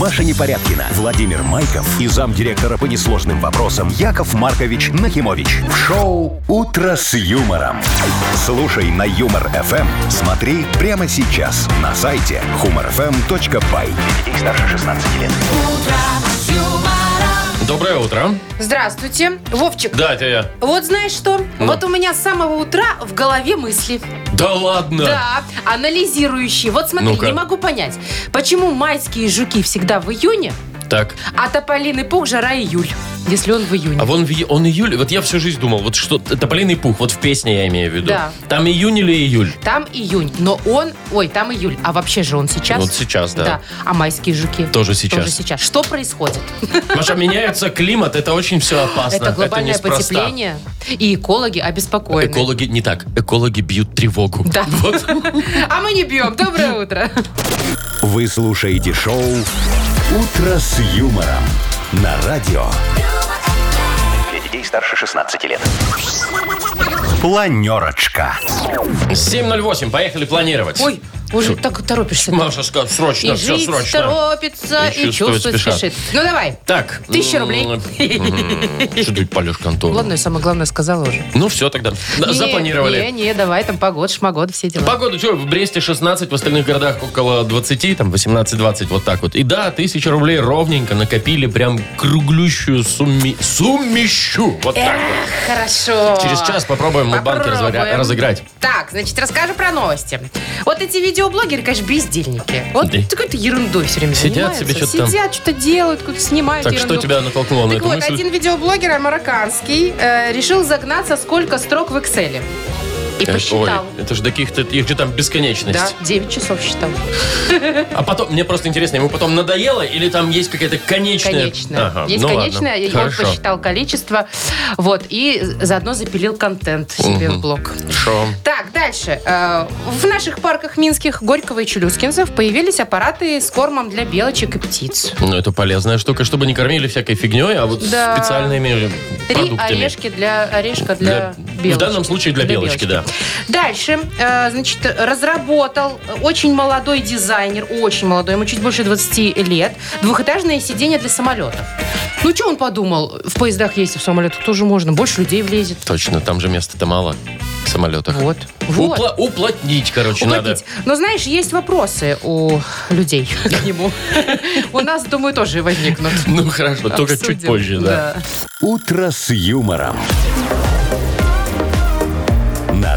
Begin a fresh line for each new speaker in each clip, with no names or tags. Маша Непорядкина, Владимир Майков и замдиректора по несложным вопросам Яков Маркович Нахимович. В шоу «Утро с юмором». Слушай на «Юмор-ФМ». Смотри прямо сейчас на сайте humorfm.by. Для детей старше 16 лет.
Доброе утро.
Здравствуйте. Вовчик,
Да, тя
вот знаешь что?
Ну.
Вот у меня с самого утра в голове мысли.
Да ладно.
Да, анализирующие. Вот смотри,
Ну-ка.
не могу понять, почему майские жуки всегда в июне,
Так.
а тополиный пух жара июль, если он в июне.
А вон в и- он июль. Вот я всю жизнь думал, вот что тополиный пух, вот в песне я имею в виду.
Да.
Там июнь или июль?
Там июнь, но он... Ой, там июль. А вообще же он сейчас?
Вот сейчас, да.
А майские жуки?
Тоже сейчас.
Тоже сейчас. Что происходит?
Маша, меняется климат, это очень все опасно.
Это глобальное
неспроста.
потепление, и экологи обеспокоены.
Экологи, не так, экологи бьют тревогу.
Да.
Вот.
А мы не бьем. Доброе утро.
Вы слушаете шоу «Утро с юмором» на радио. Для детей старше 16 лет. Планерочка.
7.08, поехали планировать.
Ой, уже так торопишься.
Маша, ска- срочно,
И
все
жизнь
срочно.
торопится,
И
и
чувствует,
чувствует,
спешат.
спешит. Ну давай.
Так.
Тысяча
м,
рублей.
м, Что ты палишь контору?
Ладно, я самое главное сказала уже.
Ну все тогда. Да,
Не,
Запланировали.
Не, не, давай, там погод, шмогод, все дела.
Погода, что, в Бресте 16, в остальных городах около 20, там 18-20, вот так вот. И да, тысяча рублей ровненько накопили прям круглющую сумми... суммищу. Вот так вот.
Хорошо.
Через час попробуем мы банки разва-
Попробуем.
разыграть.
Так, значит, расскажу про новости. Вот эти видеоблогеры, конечно, бездельники. Вот
Да.
какой-то ерундой все время
Сидят
занимаются.
себе чё-то там.
Сидят, что-то делают, какую-то снимают
Так, что
ерунду.
тебя натолкнуло на
ну, Так
эту
вот,
мысль?
один видеоблогер марокканский э, решил загнаться, сколько строк в Excel. И
Э,
посчитал.
Ой, это же до каких-то, их же там бесконечность.
Да, 9 часов считал.
А потом, мне просто интересно, ему потом надоело или там есть какая-то конечная?
Конечное.
Ага,
Есть
ну ладно.
конечное, и он
Хорошо.
посчитал количество. Вот, и заодно запилил контент себе в блог.
Хорошо.
Так, дальше. Э, В наших парках минских Горького и Челюскинцев появились аппараты с кормом для белочек и птиц.
Ну, это полезная штука, чтобы не кормили всякой фигней, а вот
Да.
специальными
Три
продуктами.
орешки для орешка
Для-
для,
в
белочки.
данном случае для белочки,
да. Дальше, э, значит, разработал очень молодой дизайнер, очень молодой, ему чуть больше 20 лет, двухэтажное сиденье для самолетов. Ну, что он подумал? В поездах есть, и в самолетах тоже можно. Больше людей влезет.
Точно, там же места-то мало в самолетах.
Вот. Вот.
Упла- уплотнить, короче, надо.
Уплотнить. Но знаешь, есть вопросы у людей к нему. У нас, думаю, тоже возникнут.
Ну хорошо, только
Обсудим.
чуть позже, да.
«Утро с юмором». На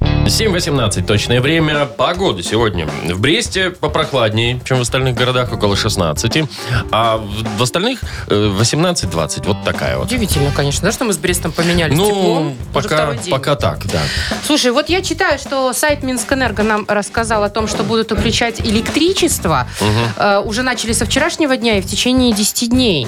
7.18 точное время. Погода сегодня. В Бресте попрохладнее, чем в остальных городах, около 16. А в, в остальных э, 18-20. Вот такая вот.
Удивительно, конечно, да, что мы с Брестом поменялись
Ну,
теплом уже
пока,
второй день.
пока так, да.
Слушай, вот я читаю, что сайт Минскэнерго нам рассказал о том, что будут включать электричество. Э, уже начали со вчерашнего дня и в течение 10 дней.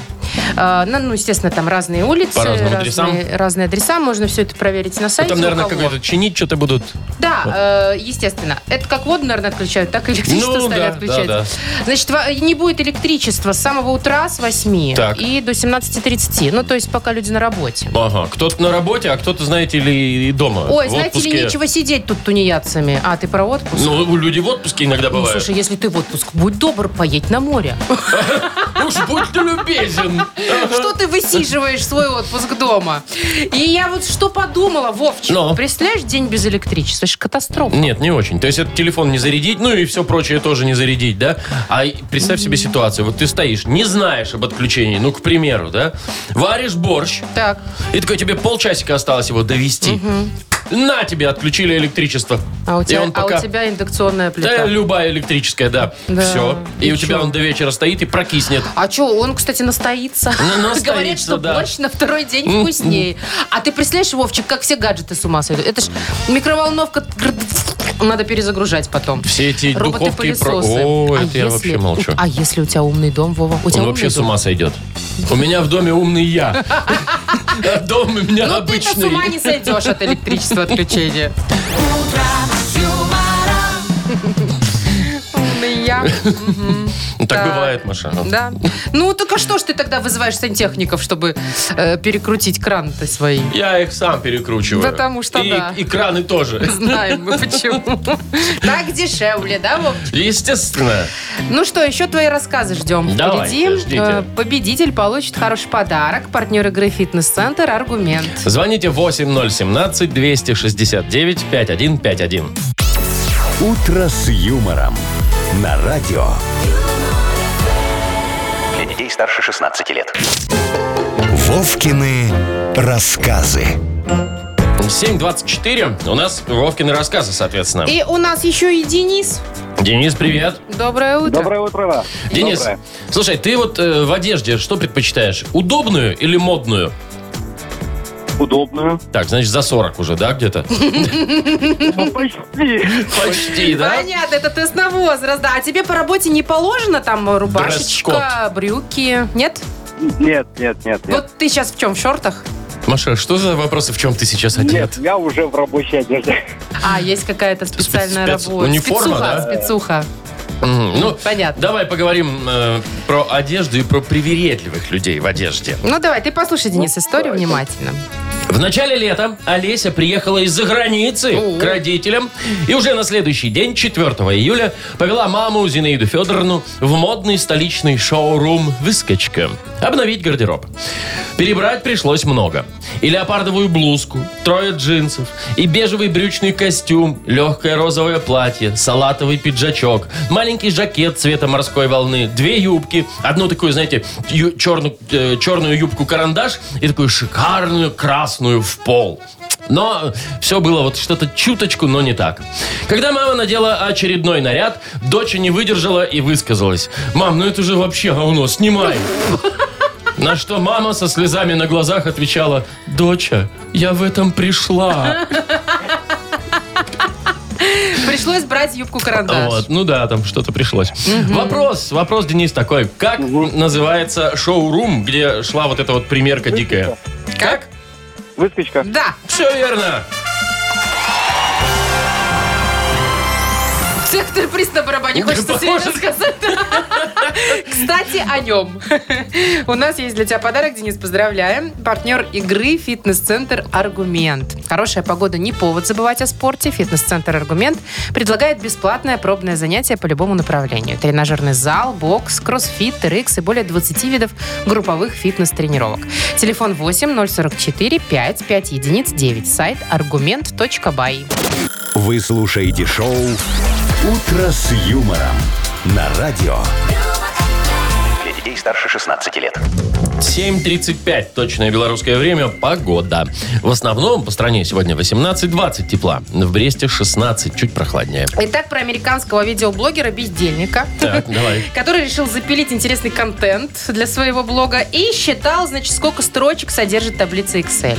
Э, ну, ну, естественно, там разные улицы,
По разным
разные,
адресам. Ну,
разные адреса. Можно все это проверить на сайте.
Там,
у
наверное,
кого.
какое-то чинить что-то будут.
Да, э, естественно. Это как воду, наверное, отключают, так и электричество
Ну,
стали
да,
отключать.
да,
Значит, во- не будет электричества с самого утра с 8
Так.
и до 17.30. Ну, то есть пока люди на работе.
Ага, кто-то на работе, а кто-то, знаете ли, и дома.
Ой,
в
знаете ли,
отпуске.
нечего сидеть тут тунеядцами. А, ты про отпуск?
Ну, люди в отпуске иногда
Ну,
бывают.
слушай, если ты в отпуск, будь добр, поедь на море.
Уж будь ты любезен.
Что ты высиживаешь свой отпуск дома? И я вот что подумала, Вовчик,
Ну?
представляешь, день без электричества, это же катастрофа.
Нет, не очень. То есть это телефон не зарядить, ну и все прочее тоже не зарядить, да? А и представь себе ситуацию. Вот ты стоишь, не знаешь об отключении, ну, к примеру, да? Варишь борщ,
Так,
и такой тебе полчасика осталось его довести. На тебе отключили электричество.
а у
И
тебя,
он пока...
а у тебя индукционная
Да,
плита.
любая электрическая, да.
Да.
Все. И,
И
у тебя
чё?
он до вечера стоит и прокиснет.
А что, он, кстати, настоится.
Ну, настоится,
Говорят, что
да.
борщ на второй день вкуснее. А ты представляешь, Вовчик, как все гаджеты с ума сойдут. Это ж микроволновка надо перезагружать потом.
Все эти духовки и про-
Роботы-пылесосы.
О,
А
это я вообще
если-
молчу.
А если у тебя умный дом, Вова? У тебя
Он
умный
вообще с
дом?
ума сойдет. У меня в доме умный я. А Дом у меня
Ну ты-то с ума
обычный.
не сойдешь от электричества отключения. Умный я.
Ну, так бывает, Маша.
Да. Ну, так а что ж ты тогда вызываешь сантехников, чтобы э, перекрутить краны-то свои?
Я их сам перекручиваю.
Потому что
и,
да.
И краны тоже.
Знаем мы почему. Так дешевле, да, Вовчик?
Естественно.
Ну что, еще твои рассказы ждем.
Давайте,
Впереди
ждите.
э, победитель получит хороший подарок. Партнер игры «Фитнес-центр» «Аргумент».
Звоните 8017-269-5151.
«Утро с юмором» на радио.
Для детей старше 16 лет.
Вовкины рассказы.
7.24. У нас Вовкины рассказы, соответственно.
И у нас еще и Денис.
Денис, привет.
Доброе утро.
Доброе утро. вас.
Денис,
Доброе.
слушай, ты вот э, в одежде что предпочитаешь? Удобную или модную?
Удобную.
Так, значит, за 40 уже, да, где-то?
Ну, Почти.
Почти, да?
Понятно, это тест на возраст, да. А тебе по работе не положено там э, рубашечка,
Дресс-код.
брюки? Нет?
Нет, нет, нет, нет.
Вот ты сейчас в чем, в шортах?
Маша, что за вопросы, в чем ты сейчас
Нет,
одет?
я уже в рабочей одежде.
А, есть какая-то специальная
спец-
работа.
униформа,
спецуха,
да?
спецуха.
Мгм, Ну,
Понятно.
давай поговорим э, про одежду и про привередливых людей в одежде.
Ну давай, ты послушай, Денис, историю внимательно.
В начале лета Олеся приехала из-за границы
О.
к родителям и уже на следующий день, 4 июля, повела маму Зинаиду Федоровну в модный столичный шоурум «Выскочка» обновить гардероб. Перебрать пришлось много. И леопардовую блузку, трое джинсов, и бежевый брючный костюм, легкое розовое платье, салатовый пиджачок, маленький жакет цвета морской волны, две юбки, одну такую, знаете, ю- черную, э, черную юбку-карандаш и такую шикарную красную в пол. Но все было вот что-то чуточку, но не так. Когда мама надела очередной наряд, дочь не выдержала и высказалась. «Мам, ну это же вообще говно, снимай!» На что мама со слезами на глазах отвечала, «Доча, я в этом пришла».
Пришлось брать юбку-карандаш.
Вот, ну да, там что-то пришлось. Вопрос, вопрос, Денис, такой. Как называется шоу-рум, где шла вот эта вот примерка дикая? Как?
Выскочка.
Да,
Все верно.
сектор приз на барабане, хочется все время
Поможет.
сказать. Кстати, о нем. У нас есть для тебя подарок, Денис, поздравляем. Партнер игры «Фитнес-центр Аргумент». Хорошая погода не повод забывать о спорте. «Фитнес-центр Аргумент» предлагает бесплатное пробное занятие по любому направлению. Тренажерный зал, бокс, кроссфит, TRX и более 20 видов групповых фитнес-тренировок. Телефон 8 044 5 5 единиц 9. Сайт argument.by.
Вы слушаете шоу «Утро с юмором» на радио.
Для детей старше 16 лет.
7.35, точное белорусское время, погода. В основном по стране сегодня 18-20 тепла. В Бресте 16, чуть прохладнее.
Итак, про американского видеоблогера-бездельника.
Так, давай.
который решил запилить интересный контент для своего блога и считал, значит, сколько строчек содержит таблица Excel.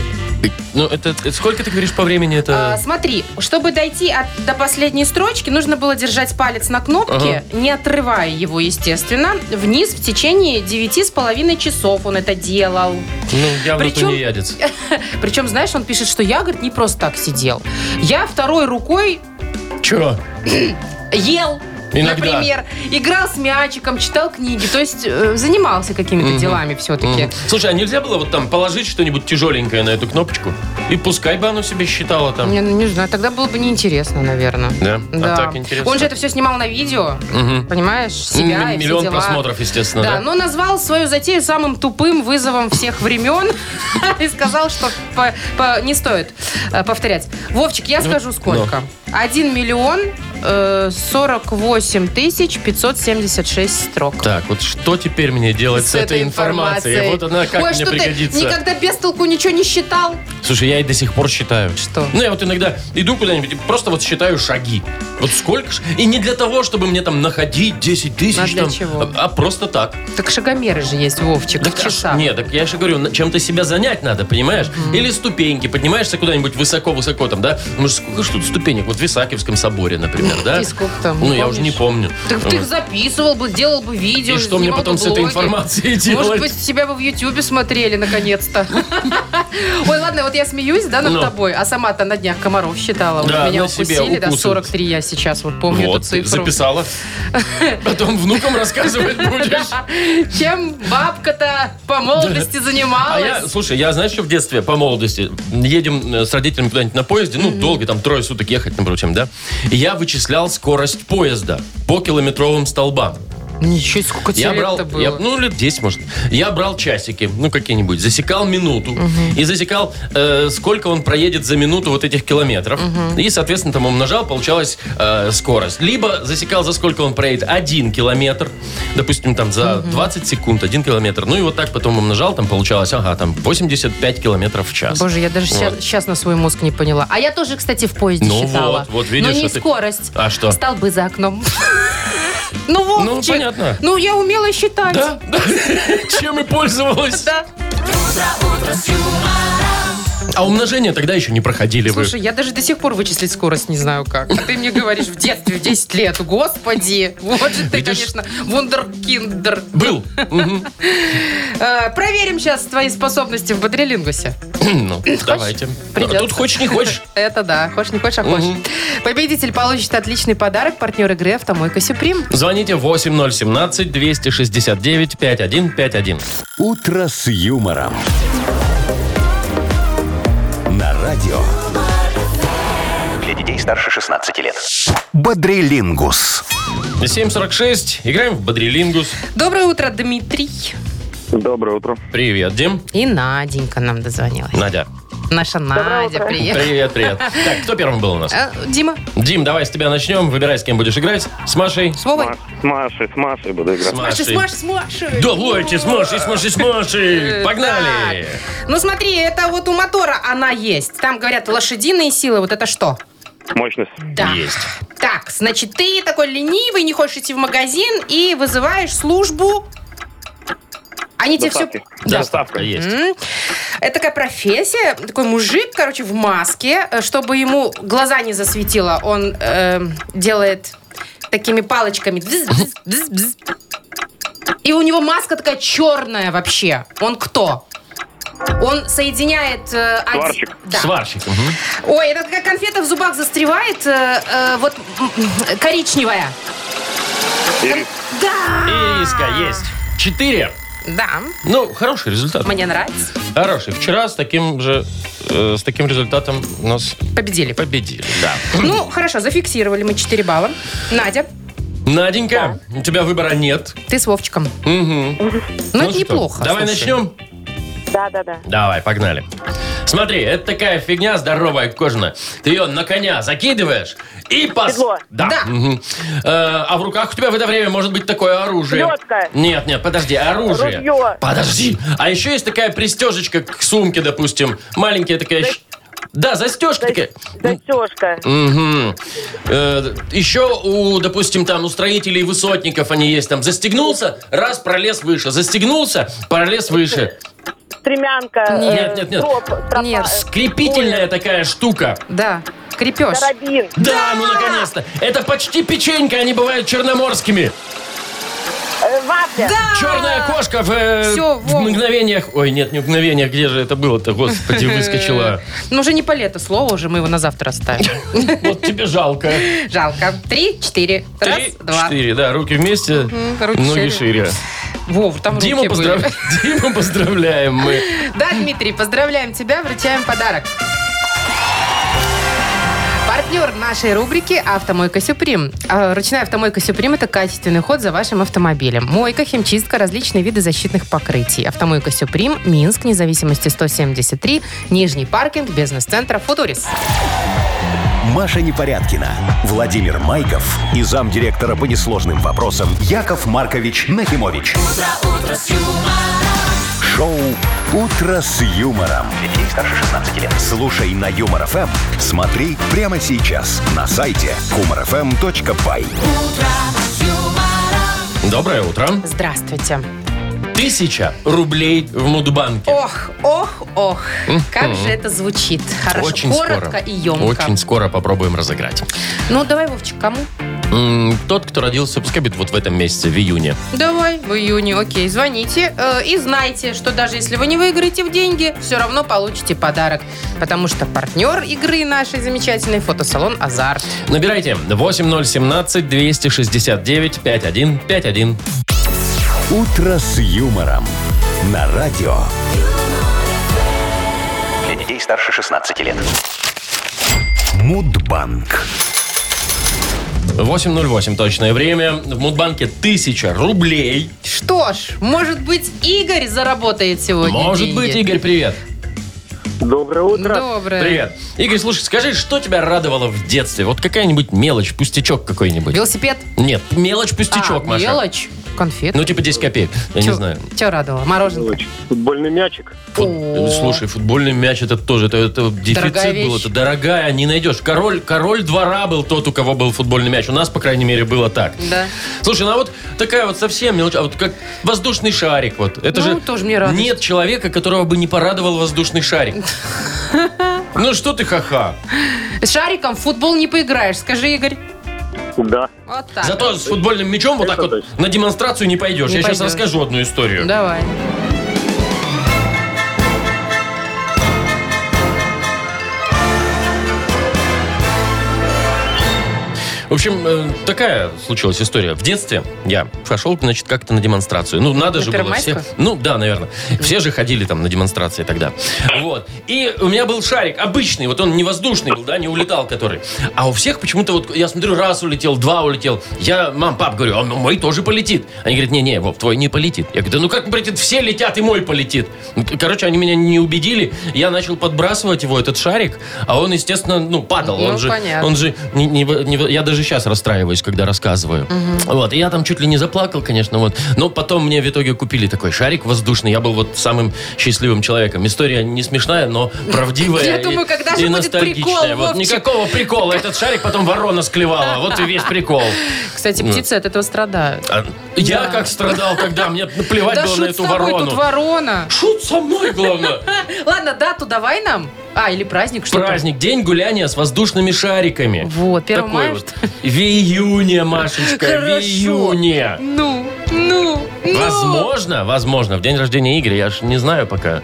Ну, это, это сколько ты говоришь по времени
А,
это?
смотри, чтобы дойти от- до последней строчки, нужно было держать палец на
Ага.
кнопке, не отрывая его, естественно, вниз в течение девяти с половиной часов он это делал.
ну, явно
причем-
не ядец.
Причем, знаешь, он пишет, что я, говорит, не просто так сидел. Я второй рукой
Чего?
ел,
Иногда.
например, играл с мячиком, читал книги, то есть э, занимался какими-то
Мгм.
делами все-таки.
Мгм. Слушай, а нельзя было вот там положить что-нибудь тяжеленькое на эту кнопочку? И пускай бы оно себе считало там.
Не, ну, не знаю, тогда было бы неинтересно, наверное.
Да? А так интересно.
Он же это все снимал на видео,
Мгм.
понимаешь, себя
М-
и все
Миллион
дела.
просмотров, естественно,
Да,
да?
ну, но назвал свою затею самым тупым вызовом всех времен и сказал, что по- по- не стоит э, повторять. Вовчик, я скажу
Ну,
сколько. 1 миллион э, 48 тысяч 576 строк.
Так, вот что теперь мне делать с, этой информацией? Вот она как
Ой,
мне
что ты
пригодится.
никогда без толку ничего не считал?
Слушай, я и до сих пор считаю.
Что?
Ну, я вот иногда иду куда-нибудь и просто вот считаю шаги. Вот сколько ж... И не для того, чтобы мне там находить 10 тысяч.
А для
там,
чего?
А, а просто так.
Так шагомеры же есть, Вовчик,
Так
в
а ш-
часах.
Нет, так я же говорю, на- чем-то себя занять надо, понимаешь? Или ступеньки, поднимаешься куда-нибудь высоко-высоко там, да? Ну, сколько ж тут ступенек? Вот в Исаакиевском соборе, например. например, да?
И сколько там,
Ну,
не
я уже не помню.
Так ты их
Вот.
записывал бы, делал бы видео.
И что мне
снимал
потом
бы
с этой
блоги.
информацией
Может
делать?
быть, тебя бы в Ютьюбе смотрели наконец-то. Ой, ладно, вот я смеюсь, да, над
Ну.
тобой, а сама-то на днях комаров считала. Вот
Да,
Меня
на себе
укусили, да,
укусывают.
43 я сейчас вот помню эту
Вот, ты
цифру.
записала. Потом внукам рассказывать будешь.
Чем бабка-то по молодости
А я,
занималась?
слушай, я, знаешь, что в детстве, по молодости, едем э, с родителями куда-нибудь на поезде, ну, долго, там, трое суток ехать, напрочем, да, и я вычислял скорость поезда по километровым столбам.
Ну, Ничего, себе, сколько тебе
Я брал,
лет-то было.
я- ну, лет 10, может. Я брал часики, ну, какие-нибудь, засекал минуту и засекал, э, сколько он проедет за минуту вот этих километров. И, соответственно, там умножал, получалась э, скорость. Либо засекал, за сколько он проедет один километр, допустим, там за 20 секунд один километр. Ну, и вот так потом умножал, там получалось, ага, там 85 километров в час.
А Боже, я даже сейчас, на свой мозг не поняла. А я тоже, кстати, в поезде
Ну
считала.
вот, вот видишь,
Но не
а ты-
скорость.
А что?
Столбы за окном. Ну, Вовчик.
понятно.
Ну, я умела считать.
Да, да. чем и пользовалась.
Да.
А умножение тогда еще не проходили вы.
Слушай, я даже до сих пор вычислить скорость не знаю как. А ты мне говоришь в детстве, в 10 лет. Господи, вот же ты,
Видишь?
конечно, вундеркиндер.
Был. Мгм.
Э, проверим сейчас твои способности в бодрелингусе.
Ну, давайте.
Придется.
Тут хочешь, не хочешь.
Это да. Хочешь, не хочешь, а хочешь.
Мгм.
Победитель получит отличный подарок. Партнер игры «Автомойка Сюприм».
Звоните 8017-269-5151.
«Утро с юмором». На радио
Для детей старше 16 лет.
«Бодрилингус».
746. Играем в Бодрилингус.
Доброе утро, Дмитрий.
Доброе утро.
Привет, Дим.
И Наденька нам дозвонилась.
Надя.
Наша Надя приехала.
Привет, привет. Так, кто первым был у нас?
А, Дима,
Дим, давай с тебя начнем. Выбирай, с кем будешь играть. С Машей.
с Вовой.
С Машей, с Машей буду играть.
С
Маша, с
Машей.
Машей, с Машей.
Давайте, с Машей, с Машей, с Машей. Погнали.
Так. Ну смотри, это вот у мотора она есть. Там говорят лошадиные силы. Вот это что?
Мощность.
Да.
Есть.
Так, значит, ты такой ленивый, не хочешь идти в магазин и вызываешь службу. Они тебе все...
Доставки.
Доставка есть.
Это такая профессия, такой мужик, короче, в маске, э, чтобы ему глаза не засветило, он э, делает такими палочками. Бз, бз, бз, бз. И у него маска такая черная вообще. Он кто? Он соединяет... э, один-
Сварщик.
Да.
Сварщик. мгм.
Ой, это как конфета в зубах застревает, э, э, вот м, м, коричневая.
Ирис.
Да!
Ириска есть. Четыре.
Да,
Ну, хороший результат.
мне нравится.
Хороший. Вчера с таким же, э, с таким результатом нас
Победили.
победили. Да.
Ну, хорошо, зафиксировали мы 4 балла. Надя,
Наденька, у тебя выбора нет.
ты с Вовчиком.
Мгм.
Ну, это
что,
неплохо.
Давай
слушай.
начнем?
Да, да, да.
Давай, погнали. Смотри, это такая фигня здоровая, кожаная. Ты ее на коня закидываешь и по...
Седло.
Да.
Да.
Мгм. Э, а в руках у тебя в это время может быть такое оружие.
Лётка.
Нет, нет, подожди, оружие.
Ружьё.
Подожди. А еще есть такая пристежечка к сумке, допустим. Маленькая такая... щ- Да, застежка такая.
Застежка.
Угу. еще у, допустим, там у строителей высотников они есть там. Застегнулся, раз пролез выше. Застегнулся, пролез выше.
Стремянка.
Ну, Нет, нет, нет.
Троп, тропа,
Нет.
э,
Скрепительная такая штука.
Да, крепеж.
Карабин.
Да, ну наконец-то. Это почти печенька, они бывают черноморскими.
Э, Вафля.
Черная кошка в, э,
Всё,
в
Вов.
мгновениях. Ой, нет, не в мгновениях, где же это было-то, господи, выскочила.
Ну, уже не по лету слово, уже мы его на завтра оставим.
Вот тебе жалко.
Жалко. Три, четыре. Раз,
Три,
два.
четыре, да, руки вместе,
Мгм, руки
ноги
шире.
шире.
Вов, там
Диму
руки были.
поздравляем. Диму поздравляем мы.
Да, Дмитрий, поздравляем тебя, вручаем подарок. Партнер нашей рубрики «Автомойка Сюприм». А, Ручная автомойка Сюприм – это качественный ход за вашим автомобилем. Мойка, химчистка, различные виды защитных покрытий. Автомойка Сюприм, Минск, независимости 173, Нижний паркинг, бизнес-центр «Футурис».
Маша Непорядкина, Владимир Майков и замдиректора по несложным вопросам Яков Маркович Нахимович. Шоу Утро с юмором.
Для детей старше 16 лет.
Слушай на Юмор ФМ. Смотри прямо сейчас на сайте humorfm.by.
Доброе утро.
Здравствуйте.
Ты Тысяча рублей в Мудбанке.
Ох, ох, ох. Как же это звучит. Хорошо.
Очень
Коротко
скоро.
и емко.
Очень скоро попробуем разыграть.
Ну, давай, Вовчик, кому?
М, Тот, кто родился, пускай будет вот в этом месяце, в июне.
Давай, в июне, окей, звоните. э, и знайте, что даже если вы не выиграете в деньги, все равно получите подарок. Потому что партнер игры нашей замечательный фотосалон «Азарт».
Набирайте 8017-269-5151.
«Утро с юмором» на радио.
Для детей старше 16 лет.
Мудбанк.
8.08 точное время. В Мудбанке 1000 рублей.
Что ж, может быть, Игорь заработает сегодня
Может быть, Игорь, привет.
Доброе утро.
Доброе.
Привет. Игорь, слушай, скажи, что тебя радовало в детстве? Вот какая-нибудь мелочь, пустячок какой-нибудь?
Велосипед?
Нет, мелочь, пустячок,
А,
Маша.
Мелочь? Конфет?
Ну, типа 10 копеек, я не знаю.
Тебя радовало? Мороженое?
Футбольный мячик.
Фут-
О.
Слушай, футбольный мяч это тоже, это, это дефицит
вещь.
был, это дорогая, не найдешь. Король, король двора был тот, у кого был футбольный мяч. У нас, по крайней мере, было так.
Да.
Слушай, ну а вот такая вот совсем мелочь, а вот как воздушный шарик вот. Это
Ну,
же
тоже мне радость.
нет человека, которого бы не порадовал воздушный шарик. Ну что ты ха-ха?
С шариком в футбол не поиграешь, скажи, Игорь.
Да.
Вот так. ну,
Зато с футбольным мячом вот
Это
так вот
точно.
на демонстрацию не пойдешь.
Не
Я сейчас
пойдешь.
расскажу одну историю.
Давай.
В общем, э, такая случилась история. В детстве я пошел, значит, как-то на демонстрацию. Ну, надо
На
же было все.
Первомайскую?
Ну, да, наверное. Все же ходили там на демонстрации тогда. Вот. И у меня был шарик обычный, вот он не воздушный был, да, не улетал который. А у всех почему-то вот, я смотрю, раз улетел, два улетел. Я, мам, пап, говорю, а ну, мой тоже полетит. Они говорят, не-не, Вов, твой не полетит. Я говорю, да ну как полетит, все летят, и мой полетит. Ну, к- Короче, они меня не убедили. Я начал подбрасывать его, этот шарик, а он, естественно, ну, падал.
Ну,
он, же,
понятно.
он же не- не в- не в- я даже сейчас расстраиваюсь, когда рассказываю. Вот, и я там чуть ли не заплакал, конечно, вот. Но потом мне в итоге купили такой шарик воздушный. Я был вот самым счастливым человеком. История не смешная, но правдивая
Я
и-
думаю, когда
и
же будет
ностальгичная.
прикол,
Вот
Вовчик?
никакого прикола. Этот шарик потом ворона склевала. Вот и весь прикол.
Кстати,
Ну.
птицы от этого страдают.
А Я
Да.
как страдал тогда, мне плевать
да
было
шут
на
с
эту
тобой, тут
ворону.
ворона.
Шут со мной, главное.
Ладно, дату давай нам. А, или праздник, что то
Праздник, день гуляния с воздушными шариками.
Вот, 1
Такой
мая,
вот.
что
В июне, Машечка,
Хорошо.
в июне.
Ну, ну, ну.
Возможно, возможно. В день рождения Игоря, я ж не знаю пока.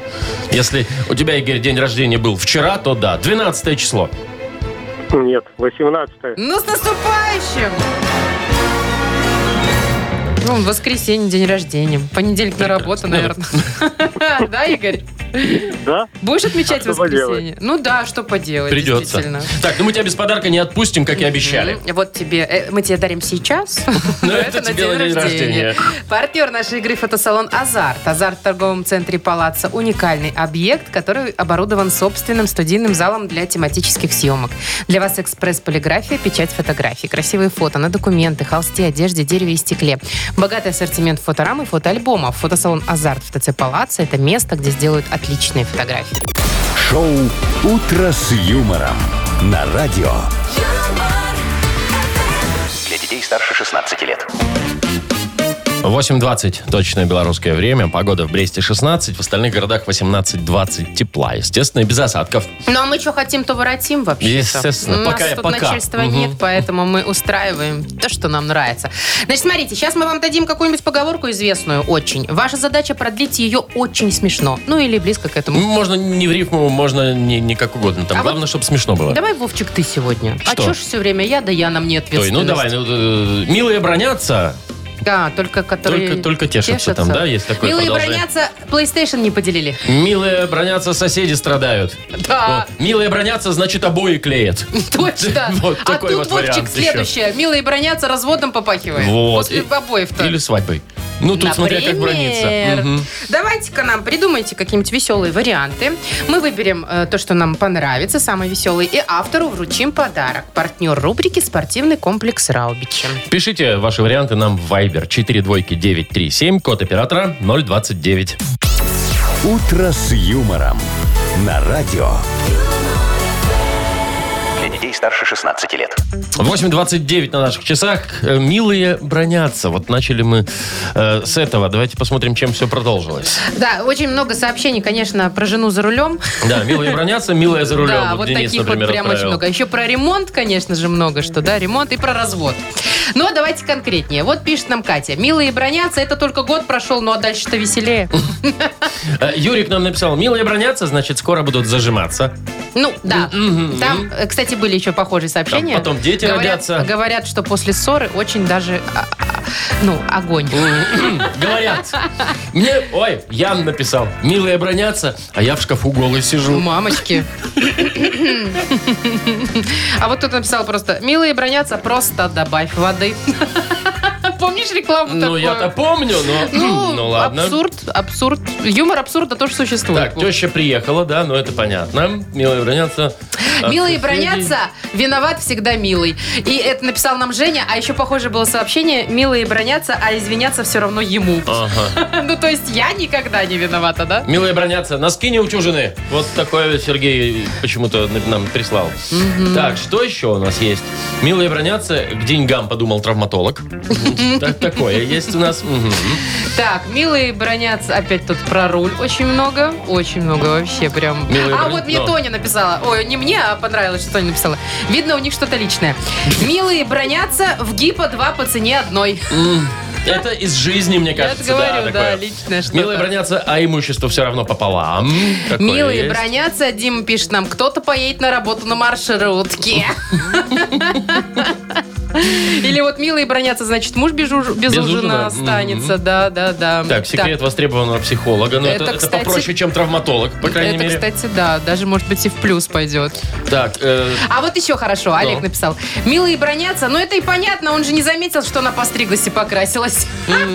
Если у тебя, Игорь, день рождения был вчера, то да, 12 число.
Нет, 18
Ну, с наступающим! Ну, воскресенье, день рождения. Понедельник на работу, наверное. Да, Игорь?
Да?
Будешь отмечать
что
воскресенье? Ну да, что поделать,
Придется.
действительно.
Так, ну мы тебя без подарка не отпустим, как и обещали.
М, Вот тебе, э, мы тебе дарим сейчас,
Но это тебе на день рождения.
Партнер нашей игры фотосалон «Азарт». «Азарт» в торговом центре «Палаца» – уникальный объект, который оборудован собственным студийным залом для тематических съемок. Для вас экспресс-полиграфия, печать фотографий, красивые фото на документы, холсте, одежде, дереве и стекле. Богатый ассортимент фоторам и фотоальбомов. Фотосалон «Азарт» в ТЦ «Палаца» – это место, где сделают отличные фотографии.
Шоу «Утро с юмором» на радио.
Для детей старше 16 лет.
8.20 точное белорусское время. Погода в Бресте 16, в остальных городах 18-20 тепла. Естественно, и без осадков.
Ну а мы что хотим, то воротим вообще.
Естественно,
У нас
пока я
тут
пока.
начальства
Мгм.
нет, поэтому мы устраиваем то, что нам нравится. Значит, смотрите, сейчас мы вам дадим какую-нибудь поговорку известную очень. Ваша задача продлить ее очень смешно. Ну или близко к этому.
Можно не в рифму, можно не, не как угодно. Там
А
главное, чтобы смешно было.
Давай, Вовчик, ты сегодня. А
Что?
чё ж все время я, да я, нам не
Ой, ну
ответственность.
давай, ну, э, милые бронятся,
Да, только которые...
Только- только тешатся там, да, есть такое
Милые
продолжение.
бронятся, PlayStation не поделили.
милые бронятся, соседи страдают.
Да.
Вот. Милые бронятся, значит, обои клеят.
Точно.
Вот
а
такой
тут,
вот
Вовчик,
вариант еще.
следующее. Милые бронятся, разводом попахивает.
Вот.
После обоев-то.
Или свадьбой. Ну, тут смотря как брониться.
Например.
Мгм.
Давайте-ка нам придумайте какие-нибудь веселые варианты. Мы выберем э, то, что нам понравится, самый веселый, и автору вручим подарок. Партнер рубрики «Спортивный комплекс Раубичи».
Пишите ваши варианты нам в Viber 42937, код оператора 029.
«Утро с юмором» на радио.
Для детей старше 16 лет.
8.29 на наших часах. Э, Милые бронятся. Вот начали мы э, с этого. Давайте посмотрим, чем все продолжилось.
Да, очень много сообщений, конечно, про жену за рулем.
Да, милые бронятся, милая за рулем.
Да,
Вот
вот
Денис,
таких
например,
вот прям
отправил.
очень много. Еще про ремонт, конечно же, много что, да, ремонт и про развод. Но давайте конкретнее. Вот пишет нам Катя. Милые бронятся, это только год прошел, ну а дальше-то веселее.
Э, Юрик нам написал, милые бронятся, значит, скоро будут зажиматься.
Ну, да.
Мгм.
Там, э, кстати, были еще похожие сообщения.
Там потом дети
Говорят-
родятся.
Говорят, что после ссоры очень даже, а, а, ну, огонь.
Говорят. Мне, ой, Ян написал, милые бронятся, а я в шкафу голый сижу.
Мамочки. А вот тут написал просто, милые бронятся, просто добавь воды. Помнишь рекламу
Ну,
такую?
я-то помню, но...
Ну,
Ну, ладно.
абсурд, абсурд. Юмор абсурда тоже существует.
Так, теща приехала, да, но это понятно. Милые бронятся. а от
Милые
соседей.
бронятся, виноват всегда милый. И это написал нам Женя, а еще похоже было сообщение, милые бронятся, а извиняться все равно ему.
Ага.
Ну, то есть я никогда не виновата, да?
Милые бронятся, носки не утюжены. Вот такое Сергей почему-то нам прислал. Так, что еще у нас есть? Милые бронятся, к деньгам подумал травматолог. Так, Такое есть у нас. Мгм.
Так, милые бронятся, опять тут про руль очень много, очень много вообще прям.
Милые
а
броня-
вот мне
но.
Тоня написала, ой, не мне, а понравилось, что Тоня написала. Видно, у них что-то личное. Милые бронятся, в гипо два по цене одной.
Это из жизни, мне
Я
кажется.
говорю, да,
такое.
личное что-то.
Милые бронятся, а имущество все равно пополам. Такое
Милые
есть.
бронятся, Дима пишет нам, кто-то поедет на работу на маршрутке. Или вот милые бронятся, значит, муж без уж- без
Без ужина,
ужина останется. Да, да, да.
Так, секрет востребованного психолога. Но это,
Это,
это
кстати,
попроще, чем травматолог, по крайней
Это,
мере.
кстати, да, даже, может быть, и в плюс пойдет.
Так, э,
А вот еще хорошо, Олег
Ну.
написал. Милые бронятся, но это и понятно, он же не заметил, что она постриглась и покрасилась.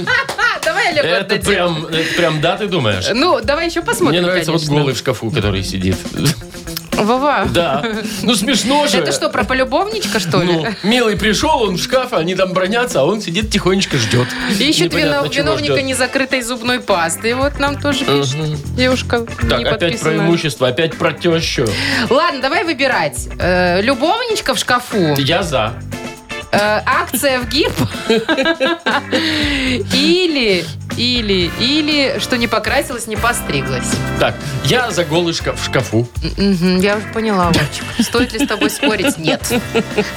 Давай, Олег,
это
отдадим.
прям, это прям да, ты думаешь?
Ну, давай еще посмотрим,
Мне нравится
конечно.
вот голый в шкафу, который сидит.
Вова,
Да. Ну смешно же.
это что, про полюбовничка, что
Ну,
ли?
милый пришел, он в шкаф, они там бронятся, а он сидит тихонечко ждет.
И ищет
Непонятно,
винов-
чего
виновника
ждет.
незакрытой зубной пасты. Вот нам тоже пишет девушка
Так,
не
опять про
подписанная.
имущество, опять про тещу.
Ладно, давай выбирать. Э, любовничка в шкафу, э,
Я за.
акция в гип или, или, или, что не покрасилась, не постриглась.
Так, я за голый шкаф в шкафу.
Мгм, я уже поняла, Вовчик. Стоит ли с тобой спорить? Нет.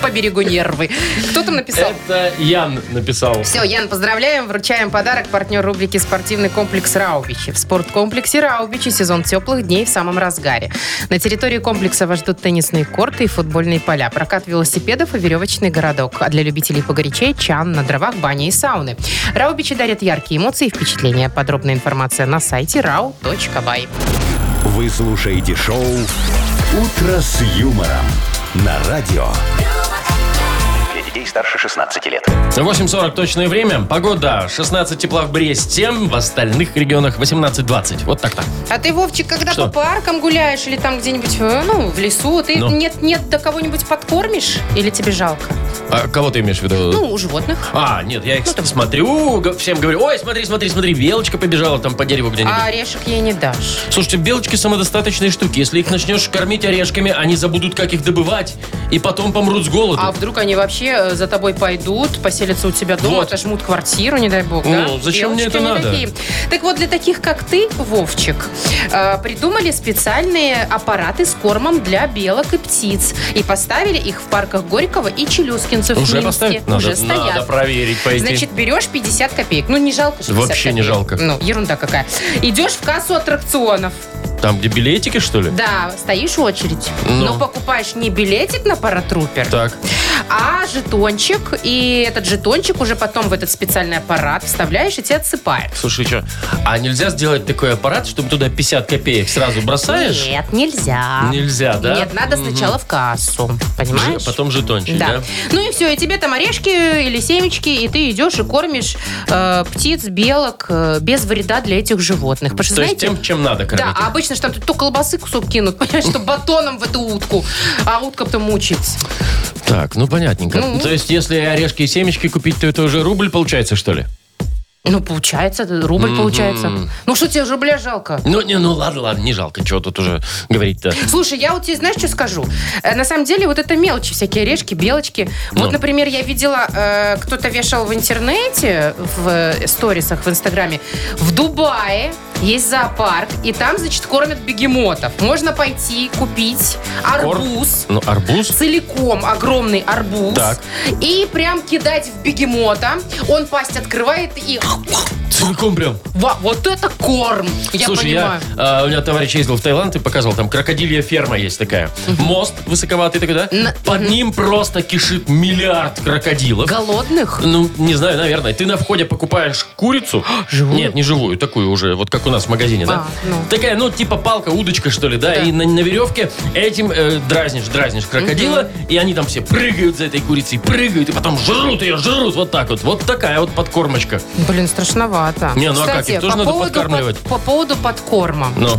По берегу нервы. Кто там написал?
Это Ян написал.
Все, Ян, поздравляем, вручаем подарок партнер рубрики «Спортивный комплекс Раубичи». В спорткомплексе Раубичи сезон теплых дней в самом разгаре. На территории комплекса вас ждут теннисные корты и футбольные поля, прокат велосипедов и веревочный городок. А для любителей погорячей – чан на дровах, бани и сауны. Раубичи дарят яркие эмоции и впечатления. Подробная информация на сайте rau.by.
Вы слушаете шоу «Утро с юмором» на радио.
Для детей старше 16 лет.
8.40 точное время. Погода 16 тепла в Бресте, в остальных регионах 18-20. Вот так-то.
А ты, Вовчик, когда
Что?
по паркам гуляешь или там где-нибудь, э, ну, в лесу, ты
Ну.
нет-нет, до кого-нибудь подкормишь? Или тебе жалко?
А кого ты имеешь в виду?
Ну, у животных.
А, нет, я их смотрю, г- всем говорю, ой, смотри, смотри, смотри, белочка побежала там по дереву где-нибудь.
А орешек ей не дашь.
Слушайте, белочки самодостаточные штуки. Если их начнешь кормить орешками, они забудут, как их добывать, и потом помрут с голоду.
А вдруг они вообще э, за тобой пойдут, поселятся у тебя дома,
Вот.
отожмут квартиру, не дай бог,
Ну,
да?
зачем мне это
Белочки, они
надо?
такие. Так вот, для таких, как ты, Вовчик, э, придумали специальные аппараты с кормом для белок и птиц. И поставили их в парках Горького и Челюскинцев в
Уже
Минске.
поставить надо?
Уже стоят.
Надо проверить, пойти.
Значит, берешь 50 копеек. Ну, не жалко, что
Вообще не жалко.
Ну, ерунда какая. Идешь в кассу аттракционов.
Там, где билетики, что ли?
Да, стоишь в очередь.
Ну.
Но покупаешь не билетик на паратрупер,
Так.
а жетончик. И этот жетончик уже потом в этот специальный аппарат вставляешь и тебя отсыпают.
Слушай, что, а нельзя сделать такой аппарат, чтобы туда 50 копеек сразу бросаешь?
Нет, нельзя.
Нельзя, да?
А, Нет, надо
Мгм.
сначала в кассу. Понимаешь?
Ж- Потом жетончик, да?
Ну и все, и тебе там орешки или семечки, и ты идешь и кормишь э, птиц, белок э, без вреда для этих животных. Потому что,
То
знаете,
есть тем, чем надо кормить.
Да, а обычно же там то колбасы кусок кинут, понимаешь, что батоном в эту утку, а утка потом мучается.
Так, ну понятненько.
Ну.
То есть, если орешки и семечки купить, то это уже рубль получается, что ли?
Ну, получается, рубль получается. Ну, что тебе рубля жалко?
Ну, не, ну ладно, ладно, не жалко, чего тут уже говорить-то.
Слушай, я вот тебе знаешь, что скажу? Э, На самом деле, вот это мелочи, всякие орешки, белочки.
Ну.
Вот, например, я видела, э, кто-то вешал в интернете, в э, сторисах, в Инстаграме, в Дубае есть зоопарк, и там, значит, кормят бегемотов. Можно пойти купить
Корм?
арбуз.
Ну, арбуз?
целиком огромный арбуз
Так.
и прям кидать в бегемота. Он пасть открывает и...
Целиком прям.
Ва- вот это корм! Я
Слушай,
понимаю.
я, э, у меня товарищ ездил в Таиланд и показывал, там крокодилья ферма есть такая. Мост высоковатый такой, да?
На-
Под ним просто кишит миллиард крокодилов.
Голодных?
Ну, не знаю, наверное. Ты на входе покупаешь курицу. Живую? Нет, не живую, такую уже, вот как у нас в магазине, да?
А, ну.
Такая, ну, типа палка, удочка, что ли, да?
Да.
И на, на веревке этим э, дразнишь, дразнишь крокодила, и они там все прыгают за этой курицей, прыгают, и потом жрут ее, жрут, вот так вот. Вот такая вот подкормочка.
Блин, страшновато.
Не, ну а как,
Кстати,
их тоже
по
надо
поводу
подкармливать.
под- по поводу подкорма.
Ну,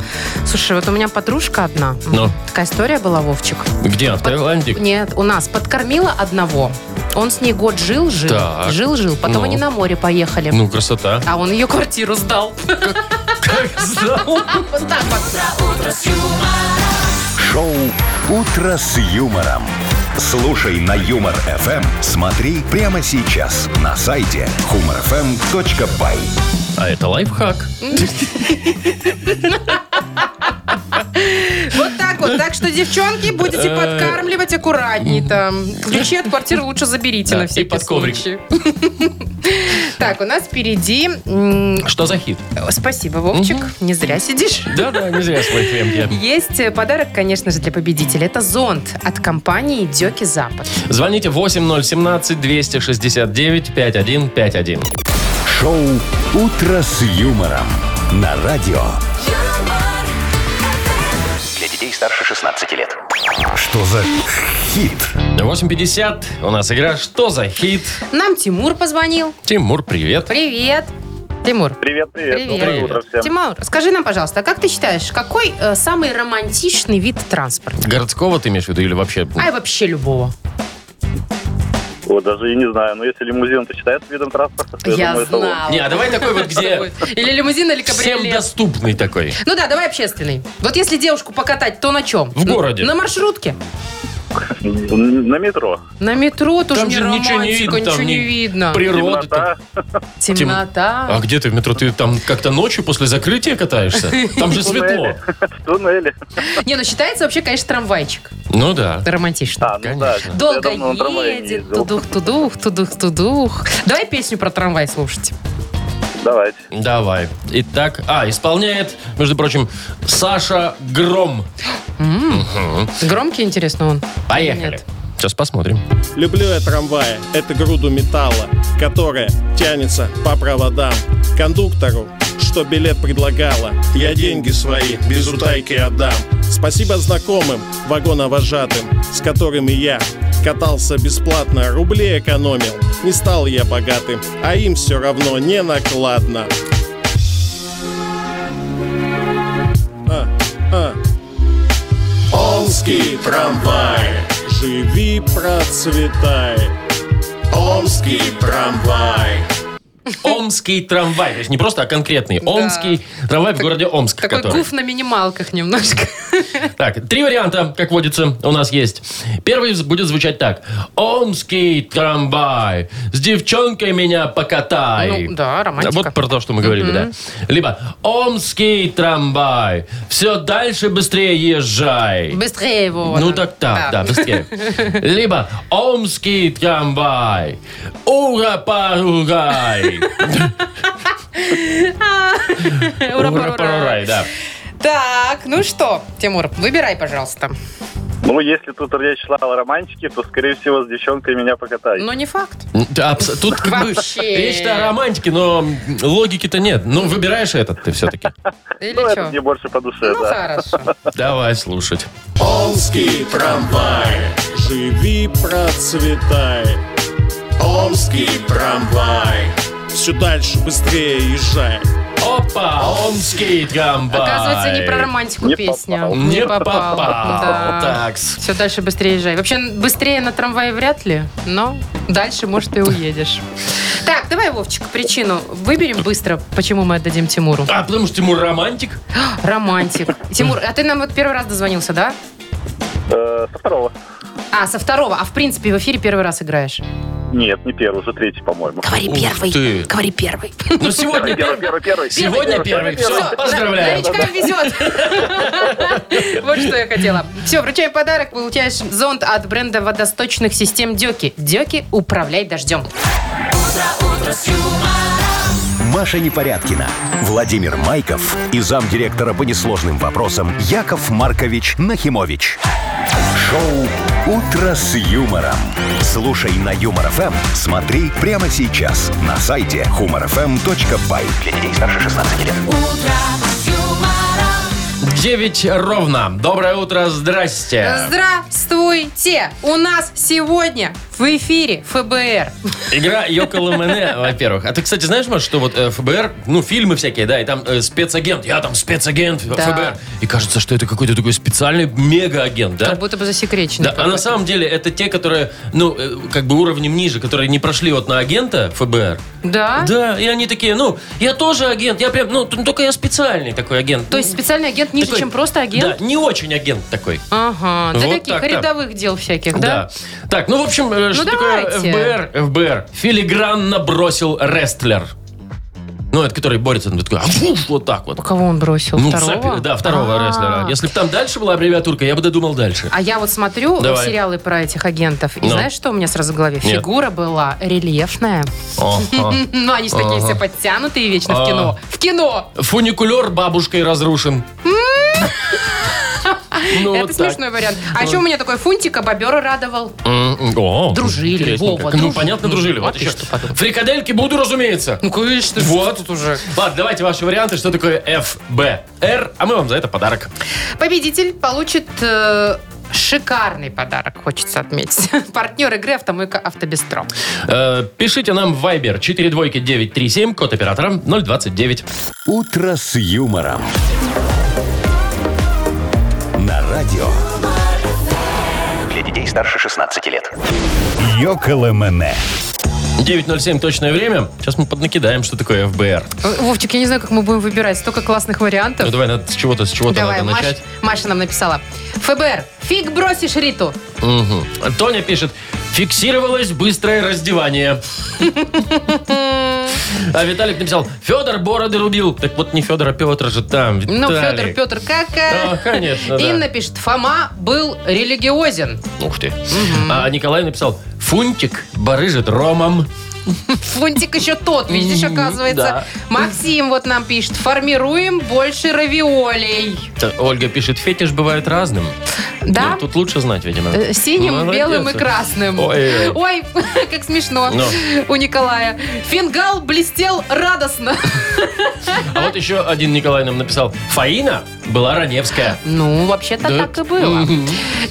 Слушай, вот у меня подружка одна.
Ну.
Такая история была, Вовчик.
где? В Таиланде?
Нет, у нас подкормила одного. Он с ней год жил-жил.
Так.
Жил-жил. Потом
Ну.
они на море поехали.
Ну, красота.
А он ее квартиру сдал.
Как знал.
Вот так вот.
Шоу «Утро с юмором». Слушай на Юмор ФМ. Смотри прямо сейчас на сайте humorfm.by.
А это лайфхак.
Вот так вот. Так что, девчонки,
Э.
будете подкармливать аккуратней там. Ключи от квартиры лучше заберите
Да,
на
и
всякий
под коврик.
случай. Так, у нас впереди... м,
Что за хит?
Спасибо, Вовчик. Не зря сидишь.
Да-да, не зря свой крем я.
Есть э, подарок, конечно же, для победителя. Это зонт от компании Дёки Запад.
Звоните 8017-269-5151.
Шоу «Утро с юмором» на радио.
Для детей старше 16 лет.
Что за хит?
8.50. У нас игра «Что за хит?»
Нам Тимур позвонил.
Тимур, привет.
Привет. Тимур.
Привет, привет.
Привет.
Доброе утро всем.
Тимур, скажи нам, пожалуйста, как ты считаешь, какой э, самый романтичный вид транспорта?
Городского ты имеешь в виду или вообще?
А и вообще любого.
Вот даже и не знаю, но если лимузин, то считается видом транспорта, то я, думаю, это он.
Не, а давай такой вот, где
Или лимузин, или
всем
кабриолет.
доступный такой.
Ну да, давай общественный. Вот если девушку покатать, то на чем?
В городе.
На маршрутке.
Н- На метро.
На метро тоже
Там
не
же ничего не видно.
романтика,
там
ничего не
ни
видно.
Природа. там.
Темнота.
А
Темнота.
где ты в метро? Ты там как-то ночью после закрытия катаешься? Там же светло.
Туннели. В туннеле.
Не, ну считается вообще, конечно, трамвайчик.
Ну да.
Это романтично.
А, ну да.
Конечно.
Я
Долго
давно на трамвае не
едет,
ездил.
тудух-тудух, тудух-тудух. Давай песню про трамвай слушать.
Давайте.
Давай. Итак, а, исполняет, между прочим, Саша Гром.
Громкий, интересно, он.
Поехали.
Нет.
Сейчас посмотрим.
Люблю я трамваи, это груду металла, которая тянется по проводам. Кондуктору, что билет предлагала, я деньги свои без утайки отдам. Спасибо знакомым, вагоновожатым, с которыми я катался бесплатно, рублей экономил. Не стал я богатым, а им все равно не накладно. А, а. Омский трамвай, живи, процветай. Омский трамвай.
Омский трамвай. То есть не просто, а конкретный. Омский трамвай в городе Омск.
Такой
который.
гуф на минималках немножко.
Так, три варианта, как водится, у нас есть. Первый будет звучать так. Омский трамвай. С девчонкой меня покатай.
Ну, да, романтика.
А Вот про то, что мы говорили, да. Либо Омский трамвай. Все дальше быстрее езжай.
Быстрее его.
Ну
вот.
так, так, да, быстрее. Либо Омский трамвай. Ура, поругай.
А, Ура, ура, ура.
да.
Так, ну что, Тимур, выбирай, пожалуйста.
Ну, если тут речь шла о романтике, то, скорее всего, с девчонкой меня покатают.
Но не факт.
Да, абс- Тут как бы
Вообще.
речь-то о романтике, но м, логики-то нет. Ну, выбираешь этот ты все-таки.
Или
Ну, это
что?
мне больше по душе,
Ну,
да.
хорошо.
Давай слушать.
Омский трамвай, живи, процветай. Омский трамвай, все дальше быстрее езжай.
Опа, омский трамвай.
Оказывается, не про романтику
Не
песня.
попал.
Не попал.
Да.
Такс.
Все, дальше быстрее езжай. Вообще, быстрее на трамвае вряд ли, но дальше, может, и уедешь. Так, давай, Вовчик, причину выберем быстро, почему мы отдадим Тимуру.
А потому что Тимур романтик?
Романтик. Тимур, а ты нам вот первый раз дозвонился, да?
Э, со второго.
А, со второго. А в принципе, в эфире первый раз играешь.
Нет, не первый, уже третий, по-моему.
Ух ты.
Говори первый.
Ну, сегодня первый.
Первый, первый, первый.
Сегодня первый. Все, поздравляем.
Новичкам везет. Вот что я хотела. Все, вручаю подарок. Получаешь зонт от бренда водосточных систем Дёки. Дёки, управляй дождем.
Маша Непорядкина, Владимир Майков и замдиректора по несложным вопросам Яков Маркович Нахимович. Шоу «Утро с юмором». Слушай на Юмор ФМ, смотри прямо сейчас на сайте humorfm.by. Для детей старше 16 лет.
9 ровно. Доброе утро, здрасте.
Здравствуйте! У нас сегодня в эфире ФБР.
Игра Йоколо Мене, во-первых. А ты, кстати, знаешь, Маш, что вот э, ФБР, ну, фильмы всякие, да, и там э, спецагент. Я там спецагент
Да.
ФБР. И кажется, что это какой-то такой специальный мега-агент, да?
Как будто бы засекречено.
Да, а на самом деле это те, которые, ну, э, как бы уровнем ниже, которые не прошли вот на агента ФБР.
Да?
Да, и они такие, ну, я тоже агент, я прям, ну, т- только я специальный такой агент.
То есть специальный агент ниже,
Такой-
чем просто агент?
Да, не очень агент такой.
Ага, для
Вот
таких
так-то.
рядовых дел всяких, да?
Так, ну, в общем, э, что
давайте.
такое ФБР? ФБР. Филигранно бросил рестлер. Ну, это который борется, он такой, «Афуф», вот так вот.
А Кого он бросил?
Ну,
второго?
цапи- да, второго
А.
рестлера. Если бы там дальше была аббревиатурка, я бы додумал дальше.
А я вот смотрю
Давай.
сериалы про этих агентов, и
Ну.
знаешь, что у меня сразу в голове?
Нет.
Фигура была рельефная.
Ага. А.
Ну, они же такие все подтянутые вечно в кино. В кино!
Фуникулер бабушкой разрушен. Ну,
Это
вот так. Ну.
смешной вариант. А еще у меня такой фунтик, а бобер радовал.
М, о,
Дружили,
интересненько. Ну,
Вова, дружили.
понятно, дружили.
Ну,
Вот
а ты
еще.
что подумал?
Фрикадельки буду, разумеется.
Ну, конечно.
Вот тут уже. Ладно, давайте ваши варианты, что такое ФБР, а мы вам за это подарок.
Победитель получит э, шикарный подарок, хочется отметить. Партнер игры «Автомойка Автобестро».
Э, пишите нам в Viber 42937, код оператора 029.
«Утро с юмором». На радио
Для детей старше 16 лет.
«Йоколэмэне».
9.07 точное время. Сейчас мы поднакидаем, что такое ФБР.
Э, Вовчик, я не знаю, как мы будем выбирать. Столько классных
Ну
вариантов.
давай, надо с чего-то, с чего-то
Давай,
надо
Маш-
начать.
Маша нам написала. ФБР, фиг бросишь Риту.
Мгм. Тоня пишет, фиксировалось быстрое раздевание. А Виталик написал, Федор бороды рубил. Так вот не Федор, а Петр же там.
Ну,
Виталик.
Федор, Петр, как? а?
А, конечно, да.
Инна пишет, Фома был религиозен.
Ух ты. А Николай написал, Фунтик барыжит ромом.
Фунтик еще тот, видишь,
Мгм, да.
оказывается. Максим вот нам пишет, формируем больше равиолей.
Т- Ольга пишет, фетиш бывает разным.
Да?
Ну, тут лучше знать, видимо.
Э, Синим,
Молодец.
белым и красным.
Ой.
Ой, как смешно
Ну.
у Николая. Фингал блестел радостно.
А вот еще один Николай нам написал, Фаина была Раневская.
Ну, вообще-то
Да.
так и было.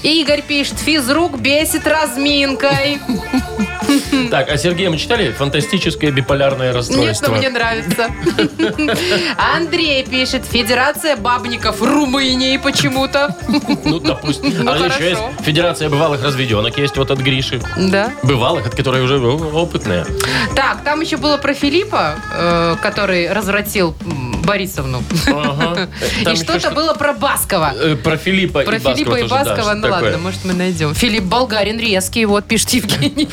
Игорь пишет, физрук бесит разминкой. Хм.
Так, а Сергея мы читали? Фантастическое биполярное
Нет,
расстройство.
но мне нравится. Андрей пишет, Федерация бабников Румынии почему-то.
Ну, допустим.
Ну,
а
хорошо.
еще есть Федерация бывалых разведенок, есть вот от Гриши.
Да.
Бывалых, от которой уже о- опытная.
Так, там еще было про Филиппа, э, который развратил м, Борисовну.
Ага. Там
И
еще
что-то
что-
было про Баскова.
Э, Про Филиппа
Про
и Баскова.
Филиппа и
тоже, да,
Баскова,
что
ну
такое.
ладно, может мы найдем. Филипп Болгарин резкий, вот пишет Евгений.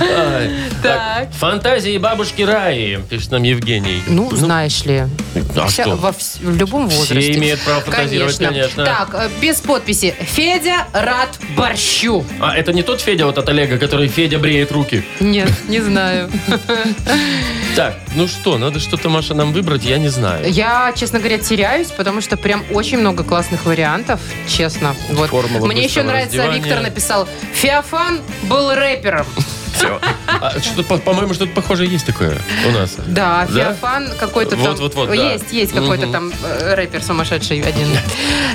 Ай,
Так.
Фантазии бабушки Раи, пишет нам Евгений.
Ну, знаешь ли,
а
вся-
что?
во вс- в любом
Все
возрасте.
имеют право фантазировать, конечно.
Так, э, без подписи. Федя рад борщу.
А это не тот Федя вот от Олега, который Федя бреет руки.
Нет, не знаю.
Так, ну что, надо что-то, Маша, нам выбрать, я не знаю.
Я, честно говоря, теряюсь, потому что прям очень много классных вариантов, честно. Вот.
Формула
Мне еще
быстрого
нравится,
раздевания.
Виктор написал, Феофан был рэпером.
Все. по-моему, А что-то похожее есть такое у нас.
Да, Феофан какой-то там.
Вот, вот, вот, да.
Есть, есть какой-то
Мгм.
там э, рэпер сумасшедший один.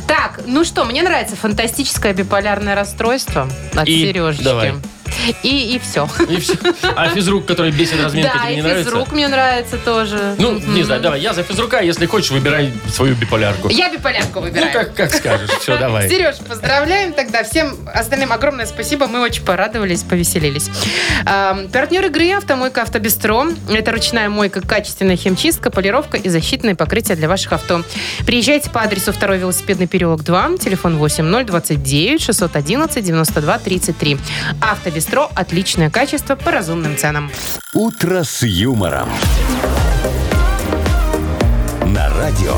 Так, ну что, мне нравится фантастическое биполярное расстройство от
И
Сережечки.
давай.
И, и все.
И всё. А физрук, который бесит разминка,
Да,
тебе
и
не нравится?
физрук мне нравится тоже.
Ну, не знаю, давай, я за физрука, если хочешь, выбирай свою биполярку.
Я биполярку
Ну,
выбираю.
как, как скажешь, все, давай.
Сереж, поздравляем тогда. Всем остальным огромное спасибо. Мы очень порадовались, повеселились. Эм, партнер игры «Автомойка Автобестро». Это ручная мойка, качественная химчистка, полировка и защитные покрытия для ваших авто. Приезжайте по адресу 2 велосипедный переулок 2, телефон 8029 611 92 33. «Автобестро» – отличное качество по разумным ценам.
«Утро с юмором». На радио.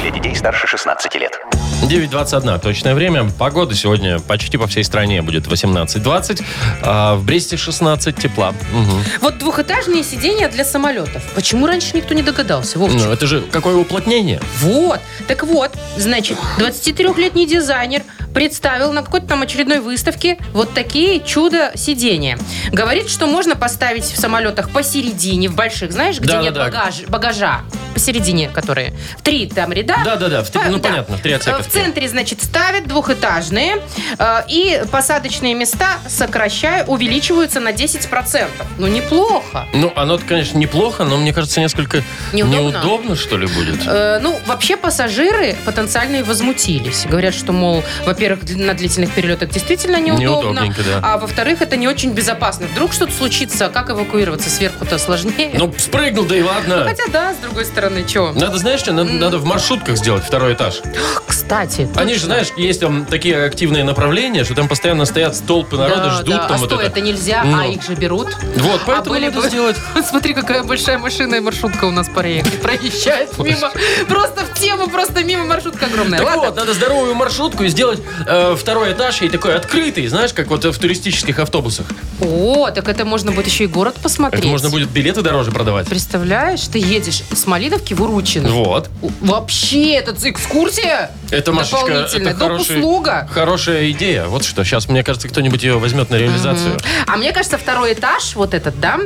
Для детей старше 16 лет.
9.21, точное время. Погода сегодня почти по всей стране будет 18-20, а в Бресте 16 тепла. Мгм.
Вот двухэтажные сиденья для самолетов. Почему раньше никто не догадался, Вовчик?
Ну, это же какое уплотнение.
Вот. Так вот, значит, 23-летний дизайнер представил на какой-то там очередной выставке вот такие чудо-сидения. Говорит, что можно поставить в самолетах посередине, в больших, знаешь, где нет
Да-да-да.
багаж- багажа. Посередине, которые. В три там ряда.
Да-да-да, в три-
По-
ну,
да.
понятно, в три отсека в
Э, В
три.
центре, значит, ставят двухэтажные, э, и посадочные места, сокращая, увеличиваются на 10%. Ну, неплохо.
Ну, оно, конечно, неплохо, но мне кажется, несколько
Неудобно?
неудобно, что ли, будет.
Э, Ну, вообще пассажиры потенциальные возмутились. Говорят, что, мол, во-первых, дли- на длительных перелетах действительно неудобно.
Неудобненько, да.
А во-вторых, это не очень безопасно. Вдруг что-то случится, как эвакуироваться сверху-то сложнее.
Ну, спрыгнул, да и ладно.
Ну, Хотя да, с другой стороны, что?
Надо, знаешь, что надо, надо в маршрутках сделать второй этаж.
Ну, Кстати.
Они же, знаешь, есть там такие активные направления, что там постоянно стоят столпы народа,
да,
ждут
да.
там
а
вот
сто
это.
это нельзя,
Ну.
а их же берут.
Вот,
А
поэтому
были
надо
бы-
сделать.
Смотри, какая большая машина и маршрутка у нас проехала. Проезжает мимо. Просто в тему, просто мимо маршрутка огромная.
Так
Ладно.
вот, надо здоровую маршрутку и сделать э, второй этаж и такой открытый, знаешь, как вот в туристических автобусах.
О, так это можно будет еще и город посмотреть.
Это можно будет билеты дороже продавать.
Представляешь, ты едешь с Малиновки в Уручино.
Вот.
У- Вообще, это ц- экскурсия
Это, Машечка,
дополнительная,
это хороший-
услуга.
Хорошая идея. Вот что. Сейчас, мне кажется, кто-нибудь ее возьмет на реализацию.
А мне кажется, второй этаж, вот этот, да,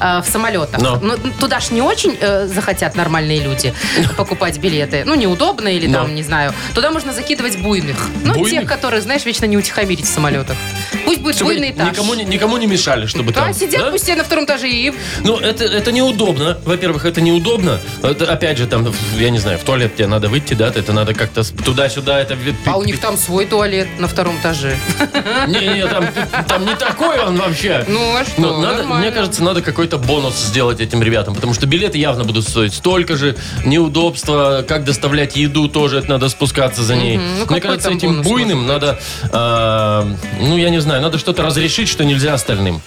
э, в самолетах.
Но.
Ну, туда ж не очень э, захотят нормальные люди покупать билеты. Ну, неудобно или
Но.
там, не знаю. Туда можно закидывать буйных. Ну,
Буйных?
тех, которые, знаешь, вечно не утихомирить в самолетах. Пусть будет
Чтобы
буйный этаж.
никому, не- никому не мешали, чтобы
да,
там...
сидят
да?
пусть все на втором этаже и
Ну, это, это неудобно. Во-первых, это неудобно. Это, опять же, там, в- я не знаю, в туалет тебе надо выйти, да? Это надо как-то с- туда-сюда. Это... ви-
А у них там свой туалет на втором этаже.
Не-не, там, там не такой он вообще.
Ну, а что?
Но надо, мне
Нормально.
кажется, надо какой-то бонус сделать этим ребятам, потому что билеты явно будут стоить столько же, неудобства, как доставлять еду тоже, это надо спускаться за ней.
Мгм. Ну, какой
мне кажется,
там
этим
бонус
буйным надо, а, ну, я не знаю, надо что-то разрешить, что нельзя остальным.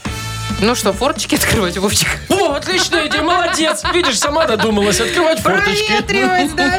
Ну что, форточки открывать, Вовчик?
О, отличная идея, молодец! Видишь, сама додумалась открывать форточки.
Проветривать, да?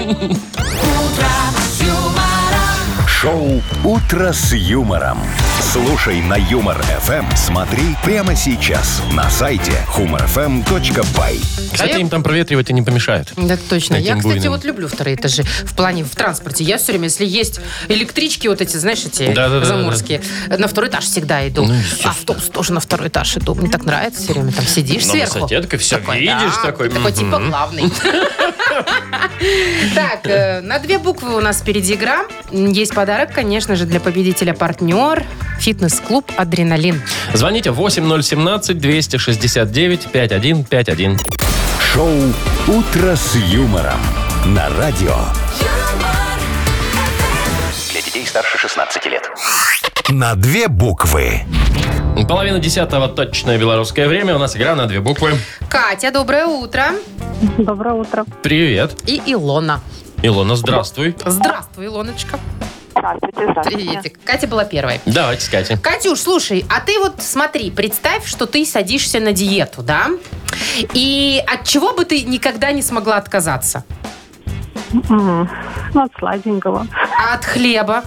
Шоу «Утро с юмором». Слушай на Юмор ФМ. Смотри прямо сейчас на сайте humorfm.by.
Кстати, им там проветривать и не помешает.
Да, точно. Я,
Этим
кстати,
буйным.
вот люблю вторые этажи в плане в транспорте. Я все время, если есть электрички вот эти, знаешь, эти
Да-да-да-да-да.
заморские, на второй этаж всегда иду.
Ну, естественно.
Автобус тоже на второй этаж иду. Мне так нравится все время. Там сидишь
На
сверху.
высоте, так и всё видишь,
да,
такой,
ты Такой
мгм.
типа главный. Так, э, на две буквы у нас впереди игра. Есть подарок, конечно же, для победителя партнер. Фитнес-клуб «Адреналин».
Звоните 8017-269-5151.
Шоу «Утро с юмором» на радио.
Для детей старше 16 лет.
На две буквы.
Половина десятого точное белорусское время. У нас игра на две буквы.
Катя, доброе утро.
Доброе утро.
Привет.
И Илона.
Илона, здравствуй.
Здравствуй, Илоночка.
Здравствуйте, здравствуйте.
Приветик. Катя была первой.
Давайте, Катя.
Катюш, слушай, а ты вот смотри, представь, что ты садишься на диету, да? И от чего бы ты никогда не смогла отказаться?
М, Ну, от сладенького.
А от хлеба?